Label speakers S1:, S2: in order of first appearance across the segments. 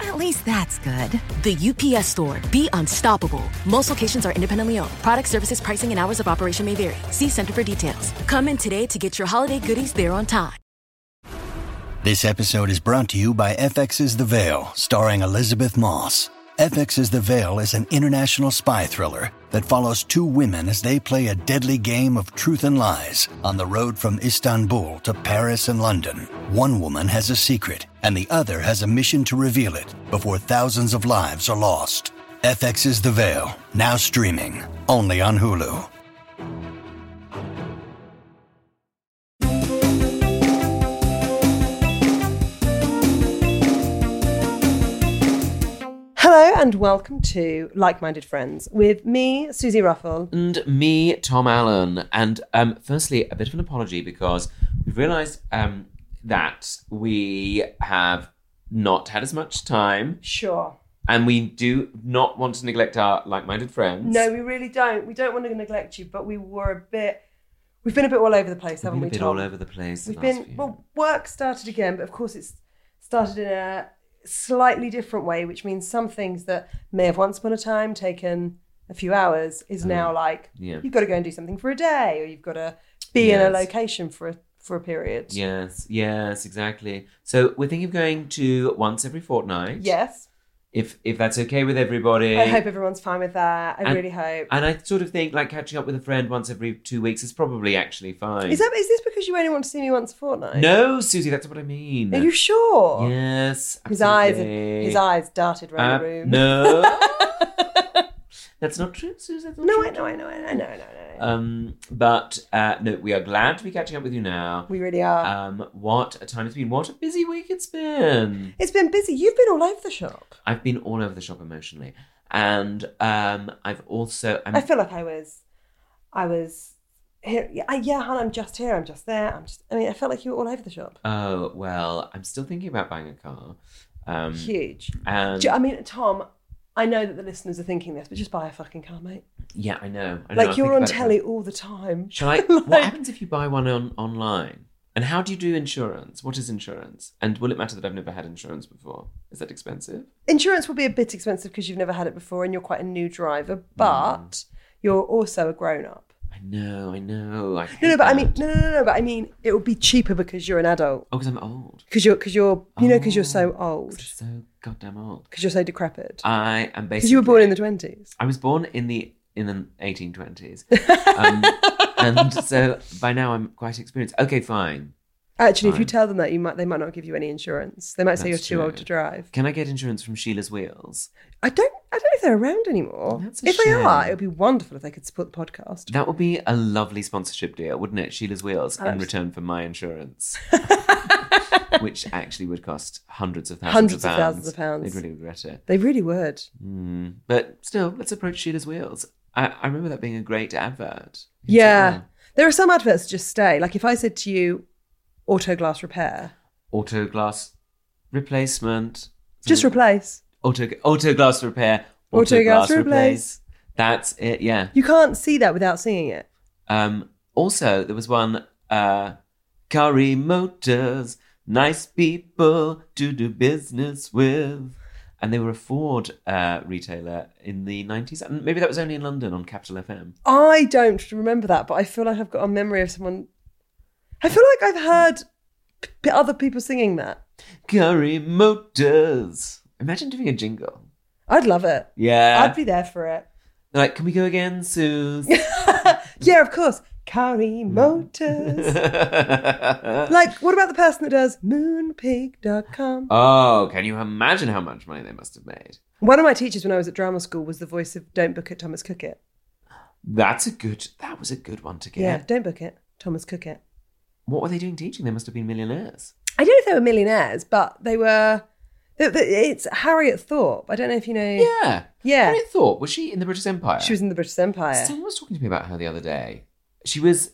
S1: At least that's good.
S2: The UPS store. Be unstoppable. Most locations are independently owned. Product services, pricing, and hours of operation may vary. See Center for details. Come in today to get your holiday goodies there on time.
S3: This episode is brought to you by FX's The Veil, starring Elizabeth Moss. FX's The Veil is an international spy thriller that follows two women as they play a deadly game of truth and lies on the road from Istanbul to Paris and London. One woman has a secret, and the other has a mission to reveal it before thousands of lives are lost. FX's The Veil, now streaming, only on Hulu.
S4: Hello and welcome to Like Minded Friends with me, Susie Ruffle.
S5: and me, Tom Allen. And um, firstly, a bit of an apology because we've realised um, that we have not had as much time,
S4: Sure.
S5: and we do not want to neglect our like-minded friends.
S4: No, we really don't. We don't want to neglect you, but we were a bit. We've been a bit all over the place,
S5: we've
S4: haven't
S5: been
S4: we?
S5: a bit
S4: Tom?
S5: all over the place. the
S4: We've
S5: last
S4: been.
S5: few.
S4: Well, work started again, but of course it's started in a slightly different way, which means some things that may have once upon a time taken a few hours is now like
S5: Oh, yeah.
S4: you've got to go and do something for a day, or you've got to be in
S5: Yes.
S4: a location for a for a period.
S5: yes, yes, exactly. So we're thinking of going to once every fortnight.
S4: Yes.
S5: if if that's okay with everybody.
S4: I hope everyone's fine with that. I
S5: And-
S4: really hope.
S5: And I sort of think like catching up with a friend once every two weeks is probably actually fine.
S4: Is that is this because you only want to see me once a fortnight?
S5: No, Susie, that's what I mean.
S4: Are you sure?
S5: Yes.
S4: His eyes
S5: absolutely.
S4: his eyes darted round
S5: Uh,
S4: the room.
S5: No. That's not true, Susan. That's not
S4: No,
S5: true
S4: I
S5: at
S4: know,
S5: all.
S4: I know, I know, I know, I know.
S5: Um, but uh, no, we are glad to be catching up with you now.
S4: we really are.
S5: Um, what a time it's been. What a busy week it's been.
S4: it's been busy. You've been all over the shop.
S5: I've been all over the shop emotionally. And um, I've also. I'm,
S4: i feel like I was I was here yeah, I- yeah, hon, I'm just here, I'm just there, I'm just I mean, I felt like you were all over the shop.
S5: oh, well, I'm still thinking about buying a car. Um,
S4: Huge.
S5: and-
S4: Do you- I mean, Tom, I know that the listeners are thinking this, but just buy a fucking car, mate.
S5: yeah, I know. I know, I
S4: Like
S5: think
S4: you're on
S5: about it.
S4: telly all the time.
S5: Shall I?
S4: Like-
S5: What happens if you buy one on online? And how do you do insurance? What is insurance? And will it matter that I've never had insurance before? Is that expensive?
S4: Insurance will be a bit expensive because you've never had it before and you're quite a new driver, but
S5: Mm.
S4: you're also a grown up.
S5: I know, I know. I
S4: No,
S5: hate
S4: no, but I mean,
S5: that.
S4: no, no, no, no, but I mean, it will be cheaper because you're an adult.
S5: Oh, because I'm old.
S4: Because you're, because you're, you know, because you're so
S5: Oh,
S4: old.
S5: 'cause I'm So goddamn old.
S4: Because you're so decrepit.
S5: I am basically.
S4: Because you were born in the twenties.
S5: I was born in the in the 1820s, um, and so by now I'm quite experienced. Okay, fine.
S4: Actually, if you
S5: Fine.
S4: tell them that, you might, they might not give you any insurance. They might say you're
S5: That's
S4: too old
S5: true.
S4: to drive.
S5: Can I get insurance from Sheila's Wheels?
S4: I don't, I don't know if they're around anymore.
S5: That's a
S4: if they
S5: shame.
S4: are, it would be wonderful if they could support the podcast.
S5: That would be a lovely sponsorship deal, wouldn't it? Sheila's Wheels in
S4: Abs-
S5: return for my insurance, which actually would cost hundreds of thousands
S4: Hundreds of
S5: of pounds.
S4: thousands of pounds.
S5: They'd really regret it.
S4: They really would.
S5: Mm. But still, let's approach Sheila's Wheels. I, I remember that being a great advert. It's
S4: Yeah.
S5: like,
S4: There are some adverts that just stay. Like if I said to you, auto glass repair,
S5: oh, auto glass replacement.
S4: just replace.
S5: Auto, auto glass repair.
S4: Auto glass replace.
S5: That's it, yeah.
S4: You can't see that without seeing it.
S5: Um, also, there was one uh, Curry Motors, nice people to do business with. And they were a Ford uh, retailer in the 90s. And maybe that was only in London on Capital FM.
S4: I don't remember that, but I feel like I've got a memory of someone. I feel like I've heard p- p- other people singing that.
S5: Curry Motors. Imagine doing a jingle.
S4: I'd love it.
S5: Yeah.
S4: I'd be there for it.
S5: They're like, can we go again, Suze?
S4: Yeah, of course. Kari
S5: Mm.
S4: Motors. like, what about the person that does moonpig.com?
S5: oh, can you imagine how much money they must have made?
S4: One of my teachers when I was at drama school was the voice of Don't Book It, Thomas Cook It.
S5: That's a good. That was a good one to get.
S4: Yeah, Don't Book It, Thomas Cook It.
S5: What were they doing teaching? They must have been millionaires.
S4: I don't know if they were millionaires, but they were. th- th- It's Harriet Thorpe. I don't know if you know.
S5: Yeah.
S4: Yeah.
S5: Harriet Thorpe was she in the British Empire?
S4: She was in the British Empire.
S5: Someone was talking to me about her the other day. She was,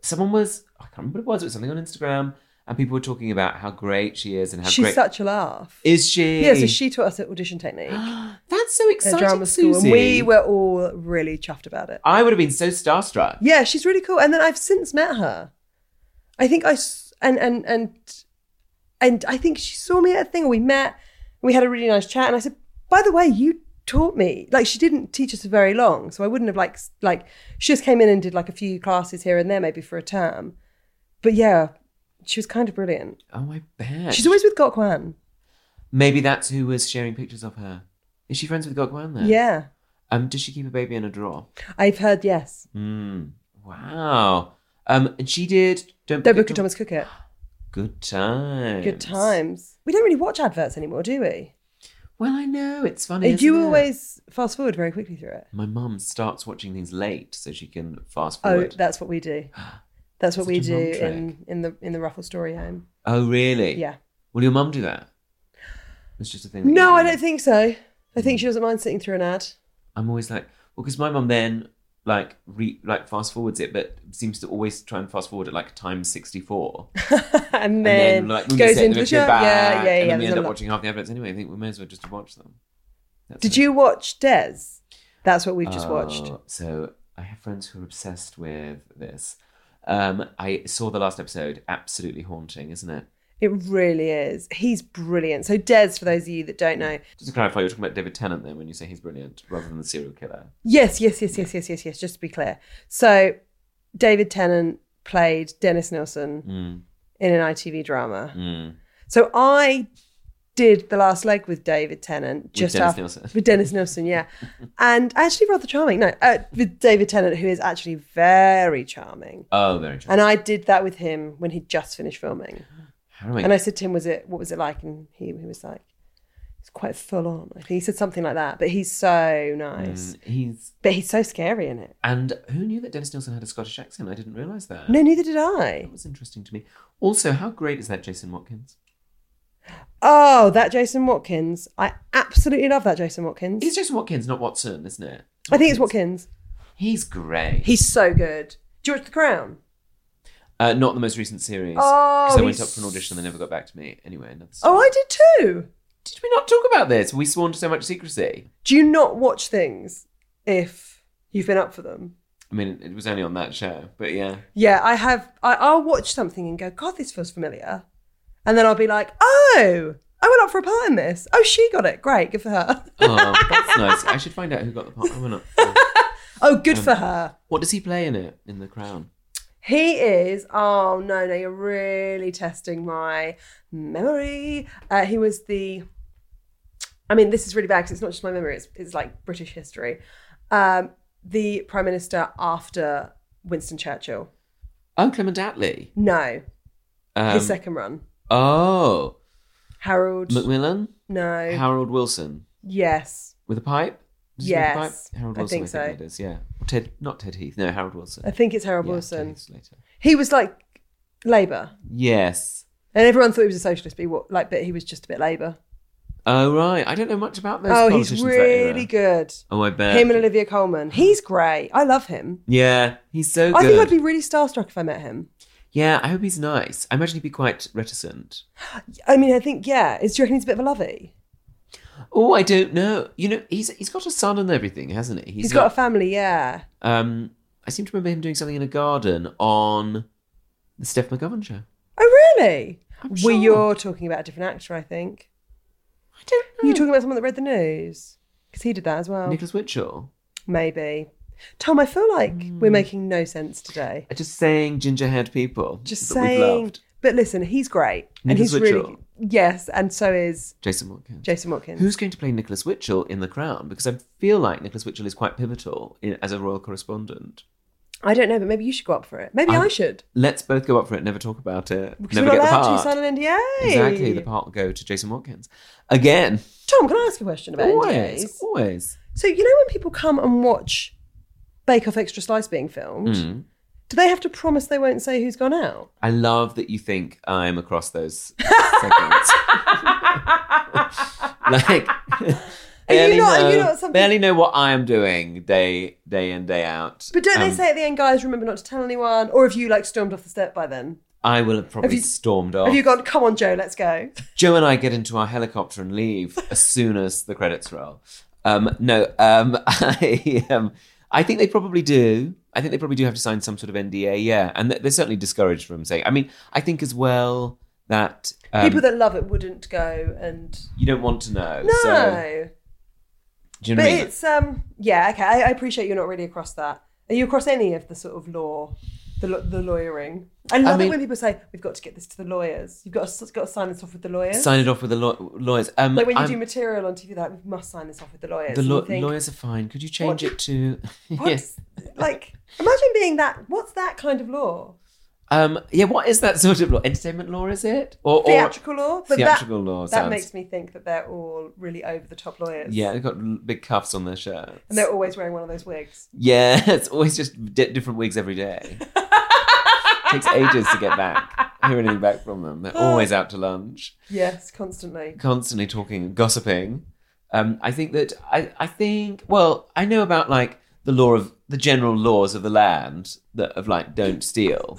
S5: someone was, I can't remember what it was, it was something on Instagram, and people were talking about how great she is and how
S4: She's
S5: great.
S4: such a laugh.
S5: is she?
S4: Yeah, so she taught us the audition technique
S5: That's so
S4: at
S5: exciting,
S4: drama school,
S5: Susie.
S4: and we were all really chuffed about it.
S5: I would have been so starstruck.
S4: Yeah, she's really cool. And then I've since met her. I think I s- and and and and I think she saw me at a thing. and We met. and We had a really nice chat, and I said, "By the way, you taught me." Like she didn't teach us for very long, so I wouldn't have like s- like she just came in and did like a few classes here and there, maybe for a term. But yeah, she was kind of brilliant.
S5: Oh, I bet.
S4: She's always with Gokwan.
S5: Maybe that's who was sharing pictures of her. Is she friends with Gokwan then?
S4: Yeah,
S5: Um, does she keep a baby in a drawer?
S4: I've heard yes.
S5: Mm. Wow. Um, and she did. Don't,
S4: Don't
S5: Book
S4: book a
S5: It
S4: Thomas Cook it.
S5: Good times.
S4: Good times. We don't really watch adverts anymore, do we?
S5: Well, I know it's funny.
S4: Do you
S5: isn't it?
S4: always fast forward very quickly through it?
S5: My mum starts watching things late so she can fast
S4: Oh,
S5: forward.
S4: that's what we do. That's what
S5: Such
S4: we
S5: a
S4: do
S5: mum trick.
S4: in, in the in the Ruffle Story Home.
S5: Oh, really?
S4: Yeah.
S5: Will your mum do that? It's just a thing. that
S4: No,
S5: you
S4: I
S5: do.
S4: don't think so. I
S5: Hmm.
S4: think she doesn't mind sitting through an ad.
S5: I'm always like, well, because my mum then like re like fast forwards it, but seems to always try and fast forward at like time sixty four,
S4: and
S5: and then,
S4: then,
S5: like when we
S4: goes
S5: sit,
S4: into
S5: we
S4: the
S5: go
S4: shop.
S5: back,
S4: Yeah, yeah,
S5: and
S4: yeah.
S5: then we
S4: there's
S5: end
S4: a
S5: up
S4: lot.
S5: watching half the adverts anyway. I think we may as well just watch them. That's
S4: Did
S5: it.
S4: you watch Des? That's what we've just watched.
S5: Oh, So I have friends who are obsessed with this. Um, I saw the last episode. Absolutely haunting, isn't it?
S4: It really is. He's brilliant. So Des, for those of you that don't know,
S5: Just to clarify, you're talking about David Tennant then when you say he's brilliant rather than the serial killer.
S4: Yes, yes, yes, yes, yes, yes, yes. Just to be clear. So, David Tennant played Dennis Nelson
S5: Mm.
S4: in an ITV drama. So I did the last leg with David Tennant just
S5: Dennis
S4: after
S5: Nelson.
S4: with Dennis Nelson, yeah, and actually rather charming. No, uh, with David Tennant, who is actually very charming.
S5: Oh, very true.
S4: And I did that with him when he'd just finished filming.
S5: Harrowing.
S4: And I said to him, "Was it? What was it like?" And he, he was like, "It's quite full on." I think he said something like that. But he's so nice.
S5: Mm, he's
S4: But he's so scary in it.
S5: and who knew that Dennis Nielsen had a Scottish accent? I didn't realise that.
S4: No, neither did I.
S5: That was interesting to me. Also, how great is that Jason Watkins?
S4: Oh, that Jason Watkins. I absolutely love that Jason Watkins.
S5: It's Jason Watkins, not Watson, isn't it?
S4: I think it's Watkins.
S5: He's great.
S4: He's so good. George the Crown.
S5: uh, not the most recent series.
S4: Oh,
S5: Because I went
S4: he's-
S5: up for an audition and they never got back to me. Anyway, another
S4: Oh,
S5: story.
S4: I did too.
S5: Did we not talk about this? We sworn to so much secrecy.
S4: Do you not watch things if you've been up for them?
S5: I mean, it was only on that show, but yeah.
S4: Yeah, I have. I, I'll watch something and go, God, this feels familiar. And then I'll be like, oh, I went up for a part in this. Oh, she got it. Great. Good for her.
S5: Oh, that's nice. I should find out who got the part. I went up.
S4: oh, good for her.
S5: What does he play in it? In The Crown.
S4: He is. Oh no, no, you're really testing my memory. Uh, he was the. I mean, this is really bad because it's not just my memory; it's it's like British history. Um, the prime minister after Winston Churchill.
S5: Oh, Clement Attlee.
S4: No,
S5: Um,
S4: his second run.
S5: oh,
S4: Harold.
S5: Macmillan.
S4: no.
S5: Harold Wilson
S4: yes,
S5: with a pipe. Does he have a
S4: Yes,
S5: pipe? Harold
S4: I
S5: Wilson.
S4: think so.
S5: it is. Yeah, Or Ted. Not Ted Heath. No, Harold Wilson.
S4: I think it's Harold
S5: Yeah, Ted
S4: Wilson.
S5: Heath's later.
S4: He was like Labour,
S5: Yes.
S4: and everyone thought he was a socialist, but he, wa- like, but he was just a bit Labour.
S5: Oh right, I don't know much about those.
S4: Oh,
S5: politicians
S4: he's
S5: of that era.
S4: really good.
S5: Oh, I bet.
S4: Him and Olivia Coleman. He's great. I love him.
S5: Yeah, he's so good.
S4: I think I'd be really starstruck if I met him.
S5: Yeah, I hope he's nice. I imagine he'd be quite reticent.
S4: I mean, I think yeah. Is do you reckon he's a bit of a lovey?
S5: Oh, I don't know. You know, he's he's got a son and everything, hasn't he?
S4: he's got a family, yeah.
S5: um, I seem to remember him doing something in a garden on the Steph McGovern show.
S4: Oh really?
S5: I'm
S4: Well,
S5: sure.
S4: you're talking about a different actor, I think.
S5: I don't know.
S4: You're talking about someone that read the news because he did that as well.
S5: Nicholas Witchell.
S4: Maybe. Tom, I feel like
S5: Hmm.
S4: we're making no sense today.
S5: Uh, Just saying, ginger-haired people.
S4: Just
S5: that we've
S4: saying.
S5: loved.
S4: But listen, he's great, and
S5: Nicholas
S4: he's really
S5: Witchell.
S4: yes, and so is
S5: Jason Watkins.
S4: Jason Watkins.
S5: Who's going to play Nicholas Witchell in The Crown? Because I feel like Nicholas Witchell is quite pivotal in, as a royal correspondent.
S4: I don't know, but maybe you should go up for it. Maybe
S5: I'm-
S4: I should.
S5: Let's both go up for it. Never talk about it.
S4: Because
S5: never
S4: we're
S5: get
S4: not
S5: the
S4: allowed to
S5: part.
S4: sign an NDA.
S5: Exactly. The part will go to Jason Watkins again.
S4: Tom, can I ask you a question about
S5: Always,
S4: NDAs?
S5: always.
S4: So you know when people come and watch Bake Off Extra Slice being filmed,
S5: Mm.
S4: do they have to promise they won't say who's gone out?
S5: I love that you think I'm across those segments. like, barely,
S4: not-
S5: know,
S4: are you not something-
S5: barely know what I am doing day day in day out.
S4: But don't
S5: Um,
S4: they say at the end, guys, remember not to tell anyone? Or have you like stormed off the step by then?
S5: I will have probably
S4: you-
S5: stormed off.
S4: Have you gone? Come on, Joe, let's go.
S5: Joe and I get into our helicopter and leave as soon as the credits roll. Um, no, um, I, um, I think they probably do. I think they probably do have to sign some sort of NDA, yeah. And th- they're certainly discouraged from saying. I mean, I think as well that um,
S4: People that love it wouldn't go, and
S5: you don't want to know.
S4: no.
S5: So, do you know
S4: but
S5: what I mean?
S4: it's um yeah okay. I, I appreciate you're not really across that. Are you across any of the sort of law, the lo- the lawyering? I love
S5: mean-
S4: it when people say we've got to get this to the lawyers. You've got to, got to sign this off with the lawyers.
S5: Sign it off with the law- lawyers. Um,
S4: like when you
S5: I'm-
S4: do material on TV, like we must sign this off with the lawyers.
S5: the
S4: And you
S5: law-
S4: think,
S5: lawyers are fine. Could you change
S4: What?
S5: it to?
S4: What's, Like imagine being that. What's that kind of law?
S5: Um, yeah. What is that sort of law? Entertainment law is it? Or, or
S4: Theatrical law. But
S5: theatrical
S4: that,
S5: law
S4: That
S5: sounds-
S4: makes me think that they're all really over the top lawyers.
S5: yeah, they've got l- big cuffs on their shirts.
S4: And they're always wearing one of those wigs.
S5: Yeah, it's always just di different wigs every day. Takes ages to get back. Hear anything back from them. They're always out to lunch,
S4: Yes, constantly.
S5: constantly talking and gossiping. Um, I think that I, I think well, I know about like the law of the general laws of the land that of like don't steal.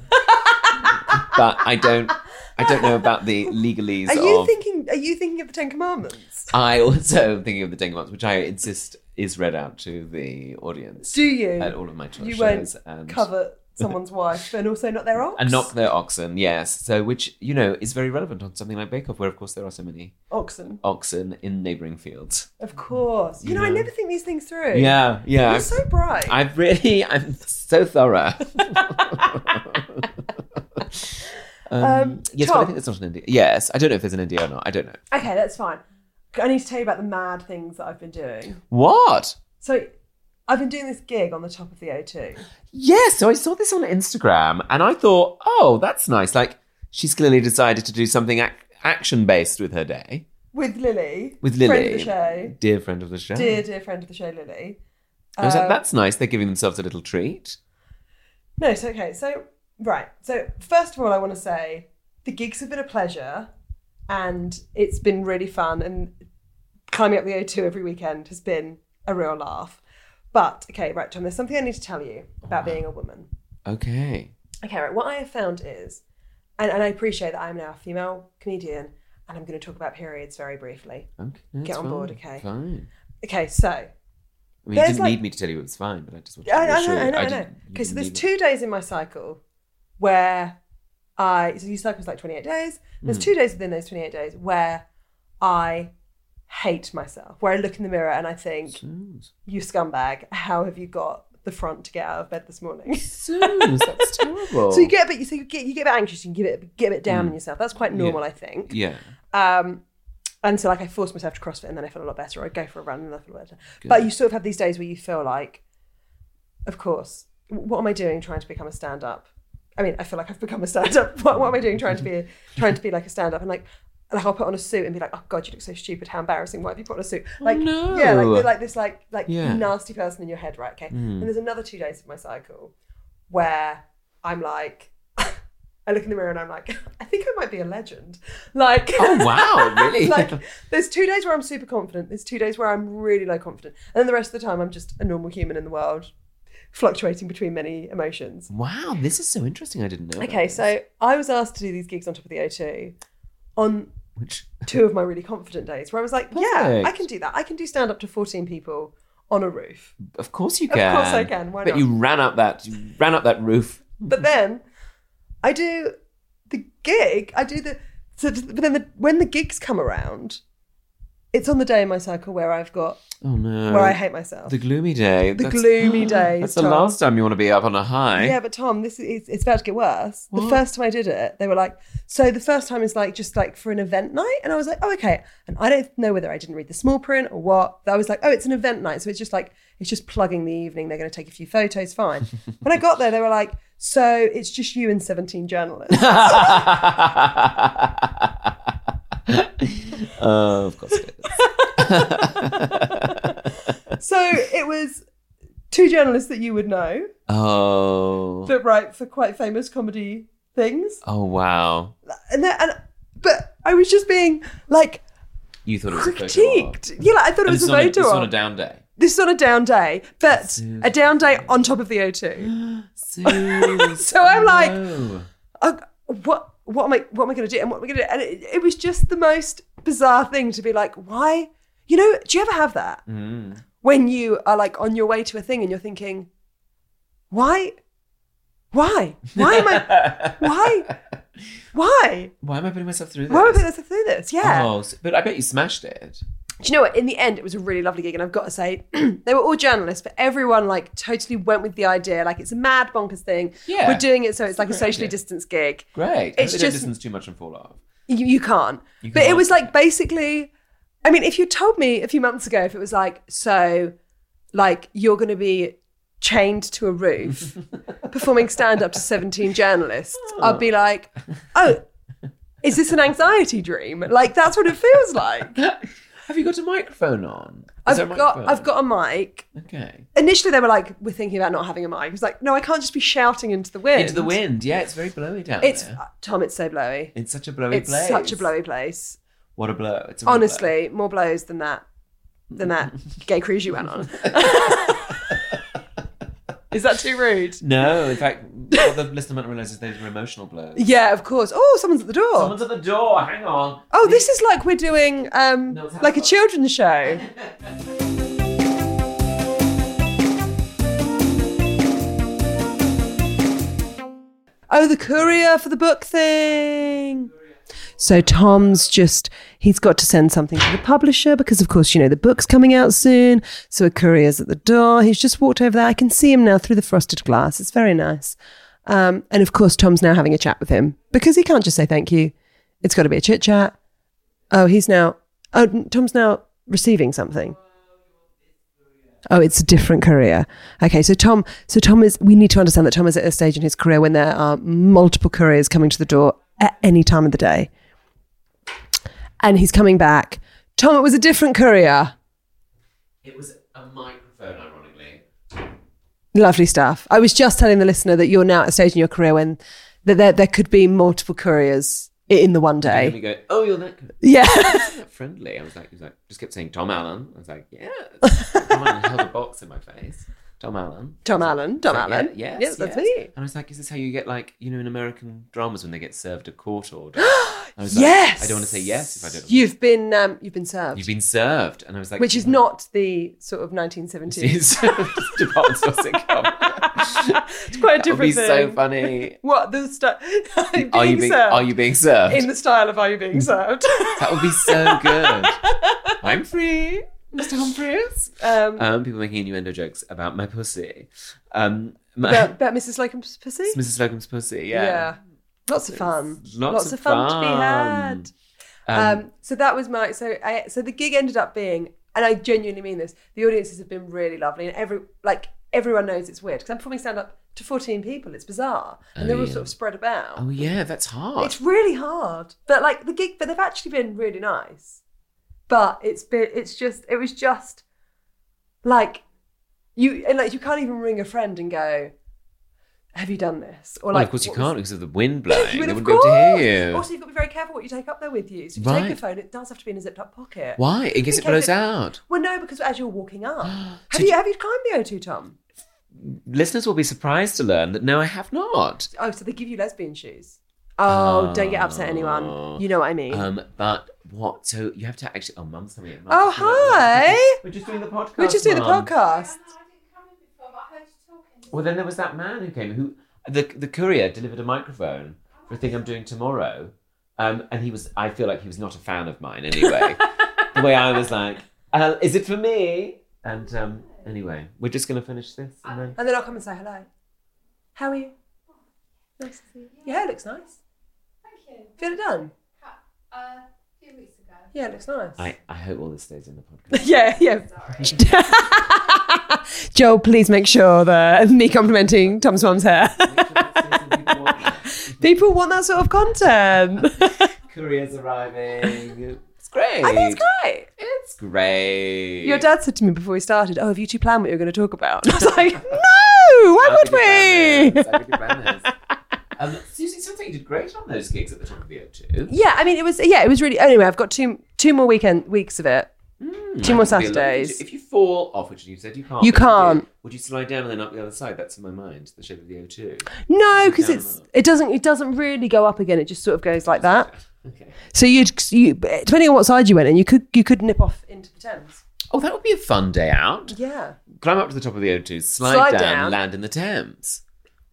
S5: but I don't I don't know about the legalese
S4: Are you
S5: of
S4: thinking? Are you thinking of the Ten Commandments?
S5: I also am thinking of the Dingamongs, which I insist is read out to the audience
S4: Do you?
S5: at all of my talk
S4: you won't
S5: shows and
S4: covet someone's wife and also not their ox.
S5: and knock their oxen. Yes, so which you know is very relevant on something like Bake Off, where of course there are so many
S4: oxen.
S5: oxen in neighbouring fields.
S4: Of course. You know, I never think these things through.
S5: Yeah, yeah.
S4: You're so bright.
S5: I've really, I'm so thorough. um, yes, but I
S4: Tom.
S5: think that's not an India. Yes, I don't know if there's an India or not. I don't know.
S4: okay, that's fine. I need to tell you about the mad things that I've been doing.
S5: What?
S4: So, I've been doing this gig on the top of the O2.
S5: Yes, so I saw this on Instagram and I thought, oh, that's nice. Like, she's clearly decided to do something ac- action based with her day.
S4: with Lily.
S5: With Lily. Oh.
S4: Friend of the show.
S5: Dear friend of the show.
S4: Dear, dear friend of the show, Lily.
S5: I was like,
S4: Um,
S5: that's nice. They're giving themselves a little treat.
S4: No, it's okay. So, right. So, first of all, I want to say the gigs have been a pleasure and it's been really fun. And climbing up the O2 every weekend has been a real laugh. But, okay, right, Tom, there's something I need to tell you about being a woman.
S5: Okay.
S4: Okay, right. What I have found is, and, and I appreciate that I'm now a female comedian and I'm going to talk about periods very briefly.
S5: Okay. that's
S4: Get on
S5: fine,
S4: board, okay.
S5: Fine.
S4: Okay, so
S5: I mean,
S4: There's
S5: you didn't
S4: like-
S5: need me to tell you it was fine, but I just wanted to
S4: I, I know,
S5: reassure
S4: I
S5: you.
S4: know, I know.
S5: didn't- you
S4: Okay, so
S5: didn't
S4: there's
S5: need it.
S4: two days in my cycle where I so your cycle's like 28 days.
S5: Hmm.
S4: There's two days within those 28 days where I hate myself, where I look in the mirror and I think,
S5: Zoos.
S4: "You scumbag! How have you got the front to get out of bed this morning?"
S5: Zoos, that's terrible.
S4: So you get a bit, so you get you get a bit anxious, you get a bit, get a bit down on yourself. That's quite normal, I think.
S5: Hmm. Yeah.
S4: Um, and so like I forced myself to CrossFit and then I felt a lot better. Or I'd go for a run and I felt a lot better. But you sort of have these days where you feel like, of course, what am I doing trying to become a stand up? I mean, I feel like I've become a stand up. What, what am I doing trying to be a, trying to be like a stand up? And like, like I'll put on a suit and be like, oh god, you look so stupid. How embarrassing. Why have you put on a suit? Like,
S5: Oh, no.
S4: yeah, like, like this like like
S5: Yeah. Mm.
S4: nasty person in your head, right? Okay. And there's another two days of my cycle where I'm like. I look in the mirror and I'm like, I think I might be a legend. Like,
S5: Oh, wow, really?
S4: like there's two days where I'm super confident. There's two days where I'm really low confident, and then the rest of the time I'm just a normal human in the world, fluctuating between many emotions.
S5: wow, this is so interesting. I didn't know. about
S4: Okay,
S5: this.
S4: so I was asked to do these gigs on top of the O2 on
S5: Which,
S4: two of my really confident days, where I was like, yeah, I
S5: Perfect.
S4: can do that. I can do stand up to 14 people on a roof.
S5: of course you
S4: Of
S5: can.
S4: course I can, why
S5: but
S4: not?
S5: you ran up that, you ran up that roof.
S4: But then I do the gig. I do the so. But then the, when the gigs come around, It's on the day in my cycle where I've got
S5: Oh no.
S4: where I hate myself.
S5: the gloomy day.
S4: The gloomy days,
S5: That's the
S4: Tom.
S5: last time you want to be up on a high.
S4: Yeah, but Tom, this is it's about to get worse. The
S5: What?
S4: first time I did it, they were like, so the first time is like just like for an event night, and I was like, oh okay. And I don't know whether I didn't read the small print or what. I was like, oh, it's an event night, so it's just like it's just plugging the evening. They're going to take a few photos, fine. when I got there, they were like, so it's just you and seventeen journalists.
S5: oh, of course it is.
S4: so it was two journalists that you would know
S5: Oh.
S4: that write for quite famous comedy things,
S5: Oh wow.
S4: and then and but I was just being like
S5: You thought it was a photo op.
S4: critiqued. Yeah, like, I thought it
S5: And
S4: was
S5: it's
S4: a
S5: not a-
S4: photo.
S5: It's
S4: op.
S5: not a down day.
S4: this is on a down day, but a down day on top of the O2. So I'm like,
S5: Oh.
S4: oh, what? What am I? What am I going to do? And what am I going to do? And it, it was just the most bizarre thing to be like, why? You know, do you ever have that
S5: Mm.
S4: when you are like on your way to a thing and you're thinking, why, why, why am I, why, why,
S5: Why am I putting myself through this?
S4: why would I put through this? Yeah.
S5: Oh, so- but I bet you smashed it.
S4: do you know what? In the end, it was a really lovely gig, and I've got to say, they were all journalists, but everyone like totally went with the idea. Like it's a mad bonkers thing.
S5: Yeah.
S4: we're doing it, so it's like a
S5: great
S4: socially
S5: idea.
S4: distanced gig.
S5: Great.
S4: It's
S5: It's
S4: just-
S5: just distance too much and fall off.
S4: You, you can't. But it
S5: can't.
S4: was like basically, I mean, if you told me a few months ago, if it was like so, like you're going to be chained to a roof performing stand up to 17 journalists, I'd be like, oh. Is this an anxiety dream? Like that's what it feels like.
S5: Have you got a microphone on? Is
S4: I've
S5: there a
S4: got
S5: microphone?
S4: I've got a mic.
S5: Okay.
S4: initially they were like, we're thinking about not having a mic. It was like, no, I can't just be shouting into the wind.
S5: Into the wind. Yeah, it's very blowy down
S4: It's
S5: there.
S4: uh, Tom. It's so blowy.
S5: It's such a blowy
S4: It's
S5: place.
S4: such a blowy place.
S5: What a blow. It's a real
S4: Honestly, more blows than that than that gay cruise you went on. Is that too rude?
S5: blow. No, in fact, what the listener might realise is those were emotional blows.
S4: Yeah, of course. Oh, someone's at the door.
S5: Someone's at the door. Hang on.
S4: oh, this is like we're doing um,
S5: No, it's
S4: like a
S5: Hannibal.
S4: children's show. Oh, the courier for the book thing. So Tom's just, he's got to send something to the publisher because, of course, you know, the book's coming out soon. So a courier's at the door. He's just walked over there. I can see him now through the frosted glass. It's very nice. Um, and of course, Tom's now having a chat with him because he can't just say thank you. It's got to be a chit chat. Oh, he's now, oh, Tom's now receiving something. Oh, it's a different career. Okay, so Tom, so Tom is. We need to understand that Tom is at a stage in his career when there are multiple couriers coming to the door at any time of the day, and he's coming back. Tom, it was a different courier.
S5: It was a microphone, ironically.
S4: Lovely stuff. I was just telling the listener that you're now at a stage in your career when that there, there could be multiple couriers i- in the one
S5: And
S4: day.
S5: we go, oh, you're that,
S4: Yeah.
S5: that friendly. I was like, he was like, just kept saying Tom Allen. I was like, yeah. Tom Allen held a box in my face. Tom Allen.
S4: Tom Allen. Tom
S5: Like, yeah,
S4: Allen.
S5: Yes,
S4: Yes, that's
S5: yes.
S4: me.
S5: And I was like, is this how you get like, you know, in American dramas when they get served a court order? I was
S4: Yes.
S5: Like, I don't want to say yes if I don't.
S4: You've been um, you've been served,
S5: You've been served. And I was like,
S4: which is not the sort of 1970s.
S5: It's department store sitcom.
S4: It's quite a
S5: That would
S4: different
S5: be
S4: thing.
S5: so funny.
S4: What the st- being
S5: Are you being
S4: served
S5: are you being served?
S4: in the style of are you being served?
S5: that would be so good. I'm free, Mr. Humphreys.
S4: um,
S5: Um, people making innuendo jokes about my pussy. Um, my,
S4: about, about Mrs. Slocum's pussy.
S5: Mrs. Slocum's pussy.
S4: yeah.
S5: Yeah.
S4: lots of fun.
S5: Lots
S4: Lots
S5: of
S4: of fun, to be
S5: fun.
S4: had. Um, so that was my so I, so the gig ended up being, and I genuinely mean this. The audiences have been really lovely, and every like everyone knows it's weird because I'm performing stand up to 14 people. It's bizarre, and they're all sort of spread about.
S5: Oh yeah, that's hard.
S4: It's really hard, but like the gig, but they've actually been really nice. But it's been, it's just, it was just like you, and like you can't even ring a friend and go, "Have you done this?" Or
S5: well, of course you
S4: what was-
S5: can't because of the wind blowing.
S4: You
S5: they
S4: would, of
S5: wouldn't be able to
S4: course.
S5: hear you.
S4: Also, you've got to be very careful what you take up there with you. So if you take a
S5: Right.
S4: phone, it does have to be in a zipped up pocket.
S5: Why? In case it blows out.
S4: Well, no, because as you're walking up, have
S5: So
S4: you
S5: d-
S4: have you climbed the O2, Tom?
S5: Listeners will be surprised to learn that no, I have not.
S4: Oh, so they give you lesbian shoes. Oh, don't get upset, anyone. You know what I mean.
S5: Um, but what? So you have to actually. Oh, mum's coming in. Mum's
S4: oh,
S5: coming in.
S4: hi.
S5: We're just doing the podcast.
S4: We're just doing the
S5: Mum.
S4: podcast.
S5: Well, then there was that man who came who the the courier delivered a microphone for a thing I'm doing tomorrow, um, and he was I feel like he was not a fan of mine anyway. the way I was like, uh, is it for me? And um, anyway, we're just going to finish this. And then...
S4: And then I'll come and say hello. How are you? Nice to see you. Your hair looks nice.
S6: Thank you.
S4: Feel it done?
S6: Uh, a few weeks ago.
S4: Yeah, it looks nice.
S5: I, I hope all this stays in the podcast.
S4: yeah, yeah. Joel, please make sure that me complimenting Tom's mum's hair. People want that sort of content.
S5: Courier's arriving. It's great.
S4: I think it's great.
S5: It's great.
S4: Your dad said to me before we started, "Oh, have you two planned what you're going to talk about?" And I was like, "No, why would we?"
S5: Um, Susie, it sounds like you did great on those gigs at the top of the O2.
S4: Yeah, I mean, it was. Yeah, it was really. Anyway, I've got two two more weekend weeks of it.
S5: Mm.
S4: two more Saturdays.
S5: If you fall off, which you said you can't,
S4: You
S5: but if
S4: can't.
S5: do, Would you slide down and then up the other side? That's in my mind. The shape of the O2.
S4: No, because
S5: down
S4: it's
S5: and up.
S4: it doesn't it doesn't really go up again. It just sort of goes like that.
S5: Okay.
S4: So you'd you depending on what side you went, and you could you could nip off into the Thames.
S5: Oh, that would be a fun day out.
S4: Yeah,
S5: Climb up to the top of the O2, slide,
S4: Slide
S5: down,
S4: down.
S5: land in the Thames.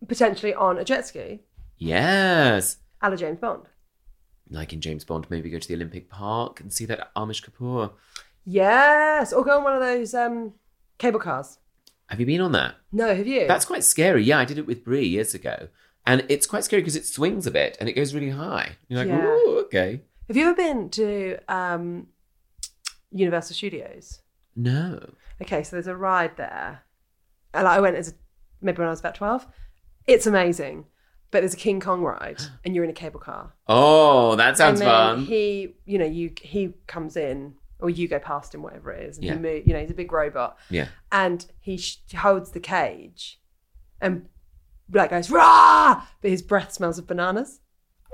S4: potentially on a jet ski,
S5: Yes.
S4: a la James Bond.
S5: Like in James Bond, maybe go to the Olympic Park and see that Amish Kapoor.
S4: Yes, or go on one of those um, cable cars.
S5: Have you been on that?
S4: No, have you?
S5: That's quite scary. Yeah, I did it with Brie years ago. And it's quite scary because it swings a bit and it goes really high. You're like,
S4: Yeah.
S5: ooh, okay.
S4: have you ever been to um, Universal Studios?
S5: No.
S4: Okay, so there's a ride there. And I went as a, maybe when I was about twelve. It's amazing, but there's a King Kong ride, and you're in a cable car.
S5: Oh, that sounds
S4: and then
S5: fun.
S4: He, you know, you he comes in or you go past him, whatever it is, and
S5: Yeah.
S4: he move, you know, he's a big robot,
S5: Yeah.
S4: and he sh- holds the cage, and like goes rah, but his breath smells of bananas.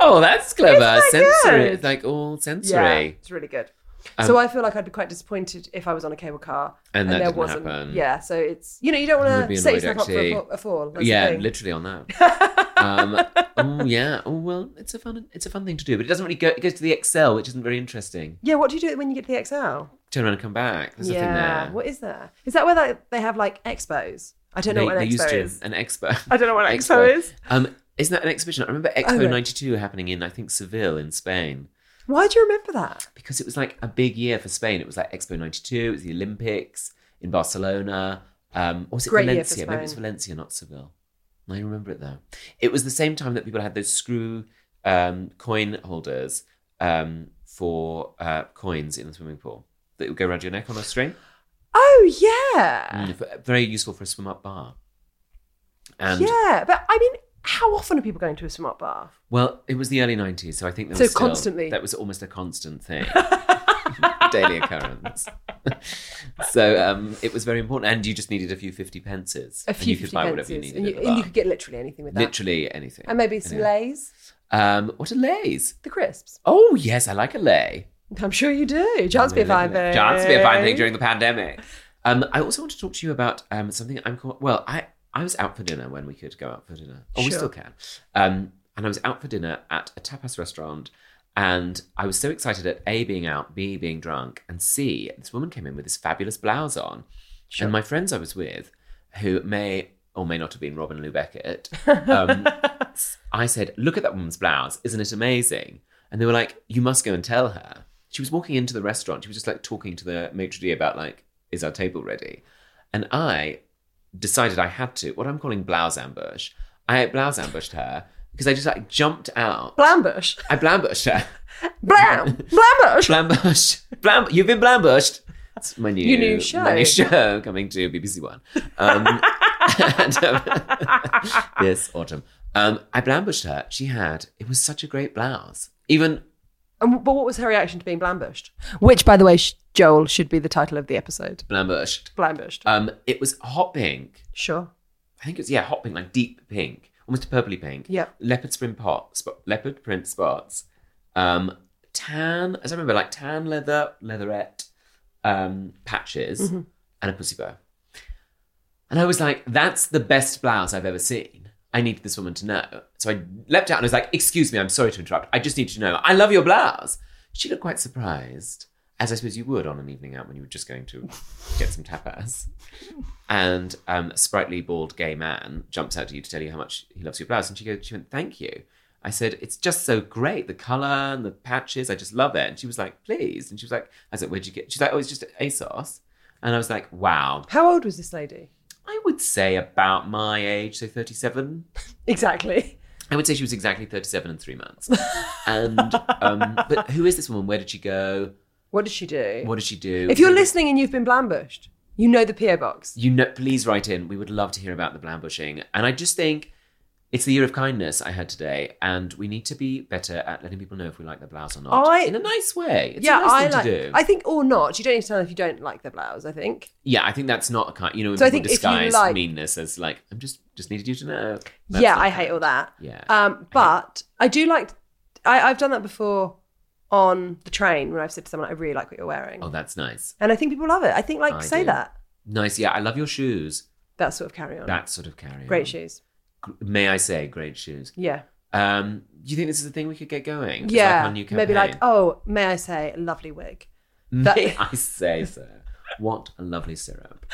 S5: Oh, that's clever.
S4: It's quite
S5: Sensory.
S4: good.
S5: It's like all
S4: Yeah,
S5: sensory.
S4: it's really good.
S5: Um,
S4: so I feel like I'd be quite disappointed if I was on a cable car
S5: And that
S4: there
S5: didn't
S4: wasn't.
S5: happen.
S4: Yeah, so it's you know you don't
S5: would
S4: want
S5: be
S4: to set
S5: annoyed,
S4: yourself up for
S5: actually.
S4: a, fa- a fall. That's the
S5: yeah,
S4: thing.
S5: literally on that. um, oh yeah. Oh well, it's a fun. It's a fun thing to do, but it doesn't really go. It goes to the Excel, which isn't very interesting.
S4: Yeah, what do you do when you get to the XL?
S5: Turn around and come back. There's
S4: yeah,
S5: nothing there.
S4: what is there? Is that where they, they have like expos? I don't know what
S5: they
S4: an
S5: used
S4: expo
S5: to
S4: is.
S5: an expo.
S4: I don't know what an expo is.
S5: Um, isn't that an exhibition? I remember
S4: Oh,
S5: Expo
S4: right.
S5: '92 happening in I think Seville in Spain
S4: Why do you remember that?
S5: because it was like a big year for Spain. It was like Expo '92. It was the Olympics in Barcelona. Um, or was it
S4: Great year for
S5: Valencia? Maybe it was
S4: Spain.
S5: Valencia, not Seville. I remember it though. It was the same time that people had those screw um, coin holders um, for uh, coins in the swimming pool that would go around your neck on a string.
S4: Oh yeah,
S5: Mm, f- very useful for a swim up bar. And
S4: yeah. But I mean, how often are people going to a swim up bar?
S5: well, it was the early '90s, so I think there
S4: So
S5: was still-
S4: constantly.
S5: that was almost a constant thing, daily occurrence. so um, it was very important, and you just needed a few fifty pences,
S4: A few
S5: and you could
S4: fifty
S5: buy
S4: pences,
S5: whatever you needed.
S4: and,
S5: at
S4: you,
S5: the
S4: and you
S5: bar.
S4: could get literally anything with that.
S5: literally anything,
S4: and maybe some
S5: Anyway.
S4: lays,
S5: Um, what a lays!
S4: the crisps.
S5: Oh yes, I like a lay.
S4: I'm sure you do. Chance be a fine thing.
S5: Chance to be a fine thing during the pandemic. Um, I also want to talk to you about um, something I'm call- well, I I was out for dinner when we could go out for dinner. Oh, we
S4: Sure.
S5: still can. Um, and I was out for dinner at a tapas restaurant, and I was so excited at a being out, b being drunk, and c this woman came in with this fabulous blouse on, and my friends I was with, who may or may not have been Robin Lou Beckett, um, I said, Look at that woman's blouse. Isn't it amazing? And they were like, You must go and tell her. She was walking into the restaurant. She was just like talking to the maitre d' about, like, Is our table ready? And I decided I had to, what I'm calling blouse ambush. I blouse ambushed her because I just like jumped out.
S4: Blambush,
S5: I blambushed her.
S4: blam, blambush.
S5: Blambushed. Blam- you've been blambushed. It's my new,
S4: Your new show.
S5: My new show coming to BBC One. Um, and, um, this autumn. Um, I blambushed her. She had, it was such a great blouse. Even,
S4: And, but what was her reaction to being blambushed? Which, by the way, sh- Joel should be the title of the episode.
S5: blambushed.
S4: Blambushed.
S5: Um, it was hot pink.
S4: sure.
S5: I think it was, yeah, hot pink, like deep pink, almost a purpley pink.
S4: Yep.
S5: Leopard print pot, spot, leopard print spots. Um, tan, as I remember, like tan leather, leatherette um, patches, and a pussy bow. And I was like, that's the best blouse I've ever seen. I need this woman to know. So I leapt out and I was like, excuse me, I'm sorry to interrupt. I just need to know. I love your blouse. She looked quite surprised, as I suppose you would on an evening out when you were just going to get some tapas. And um, a sprightly, bald, gay man jumps out to you to tell you how much he loves your blouse. And she goes, she went, thank you. I said, it's just so great. The color and the patches. I just love it. And she was like, please. And she was like, I was like, where'd you get? She's like, oh, it's just at ASOS. And I was like, wow.
S4: How old was this lady?
S5: I would say about my age, so 37.
S4: Exactly.
S5: I would say she was exactly 37 and three months. and, um, but who is this woman? Where did she go?
S4: What did she do?
S5: What did she do?
S4: if you're listening and you've been blambushed, you know the PO box.
S5: you know, please write in. We would love to hear about the blambushing. And I just think it's the year of kindness I heard today, and we need to be better at letting people know if we like their blouse or not.
S4: I-
S5: in a nice way. It's
S4: yeah,
S5: a nice
S4: I
S5: thing
S4: like.
S5: to do.
S4: I think or not. You don't need to tell them if you don't like their blouse. I think.
S5: yeah, I think that's not a kind. You know, when
S4: So I
S5: people
S4: think if you
S5: disguise
S4: like-
S5: meanness as like, I'm just just needed you to know. That's
S4: yeah,
S5: not
S4: I
S5: bad.
S4: hate all that.
S5: Yeah.
S4: Um, but I do like. I, I've done that before on the train when I've said to someone, "I really like what you're wearing,"
S5: Oh, that's nice.
S4: and I think people love it. I think like
S5: I
S4: say
S5: do.
S4: that.
S5: Nice. Yeah, I love your shoes.
S4: That sort of carry on.
S5: That sort of carry.
S4: Great
S5: on.
S4: shoes.
S5: G- May I say, great shoes.
S4: Yeah.
S5: Um, do you think this is a thing we could get going? It's
S4: yeah.
S5: Like our new campaign.
S4: Maybe like, oh, may I say, lovely wig. that-
S5: May I say, so? What a lovely syrup.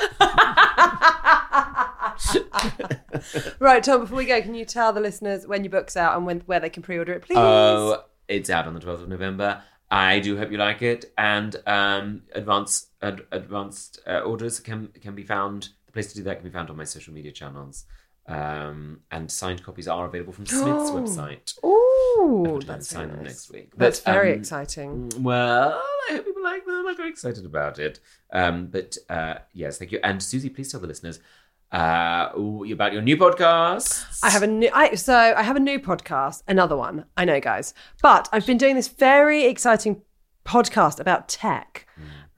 S4: Right, Tom. Before we go, can you tell the listeners when your book's out and when where they can pre-order it, please?
S5: Oh, it's out on the 12th of November. I do hope you like it. And um, advanced ad- advanced uh, orders can can be found. The place to do that can be found on my social media channels. Um, and signed copies are available from Smith's
S4: Oh.
S5: website. I
S4: Ooh,
S5: would like to
S4: that's
S5: sign
S4: very
S5: them
S4: nice.
S5: next week.
S4: That's
S5: But,
S4: very
S5: um,
S4: exciting.
S5: Well, I hope people like them. I'm very excited about it. Um, but uh, yes, thank you. And Susie, please tell the listeners uh, ooh, about your new podcast.
S4: I have a new I so I have a new podcast, another one. I know guys. But I've been doing this very exciting podcast about tech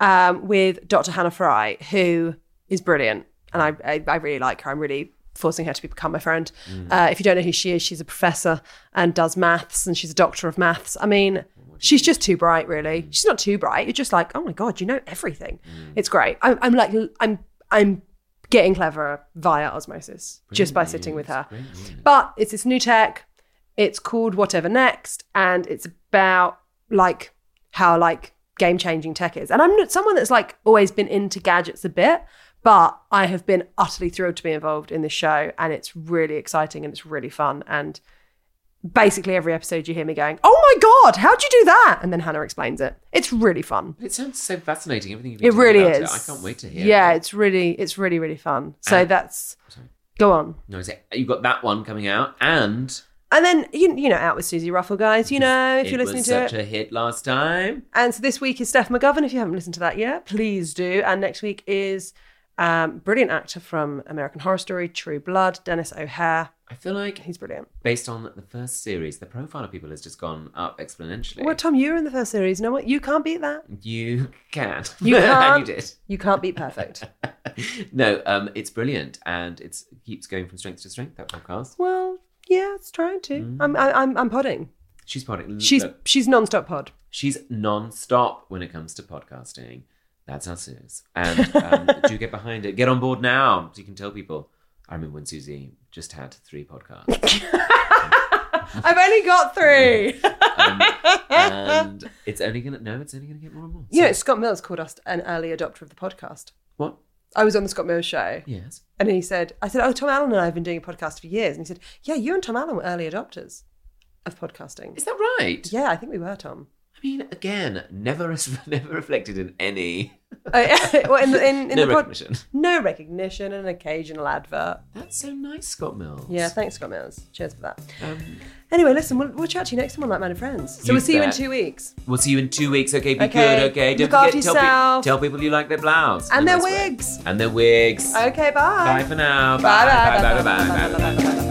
S4: um, with Dr. Hannah Fry, who is brilliant. And I, I, I really like her. I'm really forcing her to become my friend. Uh, if you don't know who she is, she's a professor and does maths and she's a doctor of maths. I mean, she's just too bright, really. She's not too bright. You're just like, oh my God, you know everything. It's great. I'm, I'm like, I'm, I'm getting cleverer via osmosis just by sitting with her. But it's this new tech. It's called Whatever Next, and it's about like how like game changing tech is. And I'm not someone that's like always been into gadgets a bit, but I have been utterly thrilled to be involved in this show, and it's really exciting and it's really fun. And basically every episode you hear me going, "Oh my god, how'd you do that?" And then Hannah explains it. It's really fun.
S5: It sounds so fascinating. Everything you've been
S4: It
S5: talking
S4: really
S5: about
S4: is.
S5: I can't wait to hear.
S4: Yeah,
S5: it.
S4: it's really, it's really, really fun. So
S5: And-
S4: that's go on.
S5: No, is it- you've got that one coming out, and
S4: And then you you know, out with Susie Ruffle, guys. You know, if
S5: it
S4: you're listening
S5: was
S4: to
S5: such
S4: it.
S5: a hit last time.
S4: and so this week is Steph McGovern. If you haven't listened to that yet, please do. And next week is um, brilliant actor from American Horror Story, True Blood, Dennis O'Hare.
S5: I feel like
S4: He's brilliant.
S5: based on the first series, the profile of people has just gone up exponentially.
S4: Well, Tom, you were in the first series. You know what? You can't beat that.
S5: You can.
S4: You can't.
S5: and you did.
S4: You can't beat perfect.
S5: no, um, it's brilliant, and it's it keeps going from strength to strength. That podcast.
S4: well, yeah, it's trying to.
S5: Mm.
S4: I'm, I, I'm, I'm podding.
S5: She's podding.
S4: She's,
S5: Look,
S4: she's non-stop pod.
S5: she's non-stop when it comes to podcasting. That's our Suze. And um, do get behind it. Get on board now. So you can tell people. I remember when Susie just had three podcasts.
S4: I've only got three.
S5: um, and it's only gonna no, it's only gonna get more and more.
S4: you know,
S5: So-
S4: Scott Mills called us an early adopter of the podcast.
S5: what?
S4: I was on the Scott Mills show.
S5: Yes.
S4: And he said, I said, oh, Tom Allen and I have been doing a podcast for years. And he said, yeah, you and Tom Allen were early adopters of podcasting.
S5: Is that right?
S4: Yeah, I think we were, Tom.
S5: I mean, again, never res- never reflected in any
S4: Oh, yeah. well, in the, in, in
S5: no
S4: the pod-
S5: recognition.
S4: no recognition and an occasional advert.
S5: That's so nice, Scott Mills.
S4: Yeah, thanks, Scott Mills. Cheers for that.
S5: Um,
S4: Anyway, listen, we'll, we'll chat to you next time on Like Minded Friends. So
S5: You
S4: we'll see you in
S5: bet.
S4: two weeks.
S5: we'll see you in two weeks. Okay, be
S4: Okay,
S5: good. Okay,
S4: look after
S5: tell, pe-
S4: yourself.
S5: tell people you like their blouse
S4: And
S5: in a
S4: their
S5: nice way.
S4: wigs.
S5: and their wigs.
S4: Okay,
S5: Bye
S4: bye.
S5: for now.
S4: Bye, bye,
S5: bye, bye, bye, bye, bye, bye, bye, bye.
S4: bye, bye.